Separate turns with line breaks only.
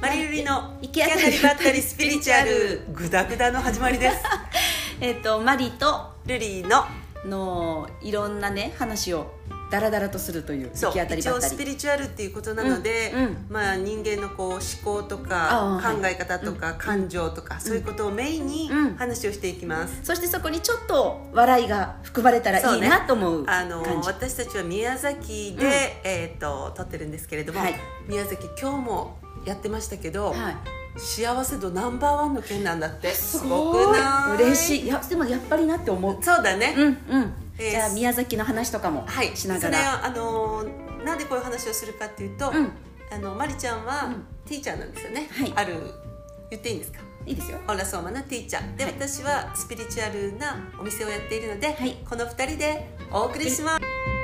マリルリの行き当たりばったりスピリチュアルグダグダの始まりです
えっとマリと
ルリの
のいろんなね話をダラダラとするという
そ
行
う
き当たり
一
ば
応
った
スピ
り
リチュアルっていうことなので、
うんうん
まあ、人間のこう思考と
あ
か
あはい
考え方とか感情とか、そういうことをメインに
うん
話をしていきます、
そしてそこにちょっと笑いが含まれたら
そ
いうい
ね
なと思う
あ
感
の
じ、
私たちは宮崎で、
うん
えー、と撮ってるんですけれども、
はい
宮崎今日もやってましたけど、
はい
幸せ度ナンバーワンの県なんだってすご
すご
く
い
ない
嬉しいいやでもやっぱりなって思う
そうだね、
うんうん、
えー
じゃあ宮崎の話とかも
はい、
しながら、
それはあのーなんでこういう話をするかっていうと、
うん
あのマリちゃんは、
うん
ティーチャーなんですよね、
はい
ある言っていいんですか
いいですよ
オラソーマのティーチャーで、
はい
私はスピリチュアルなお店をやっているので、
はい
この2人でお送りします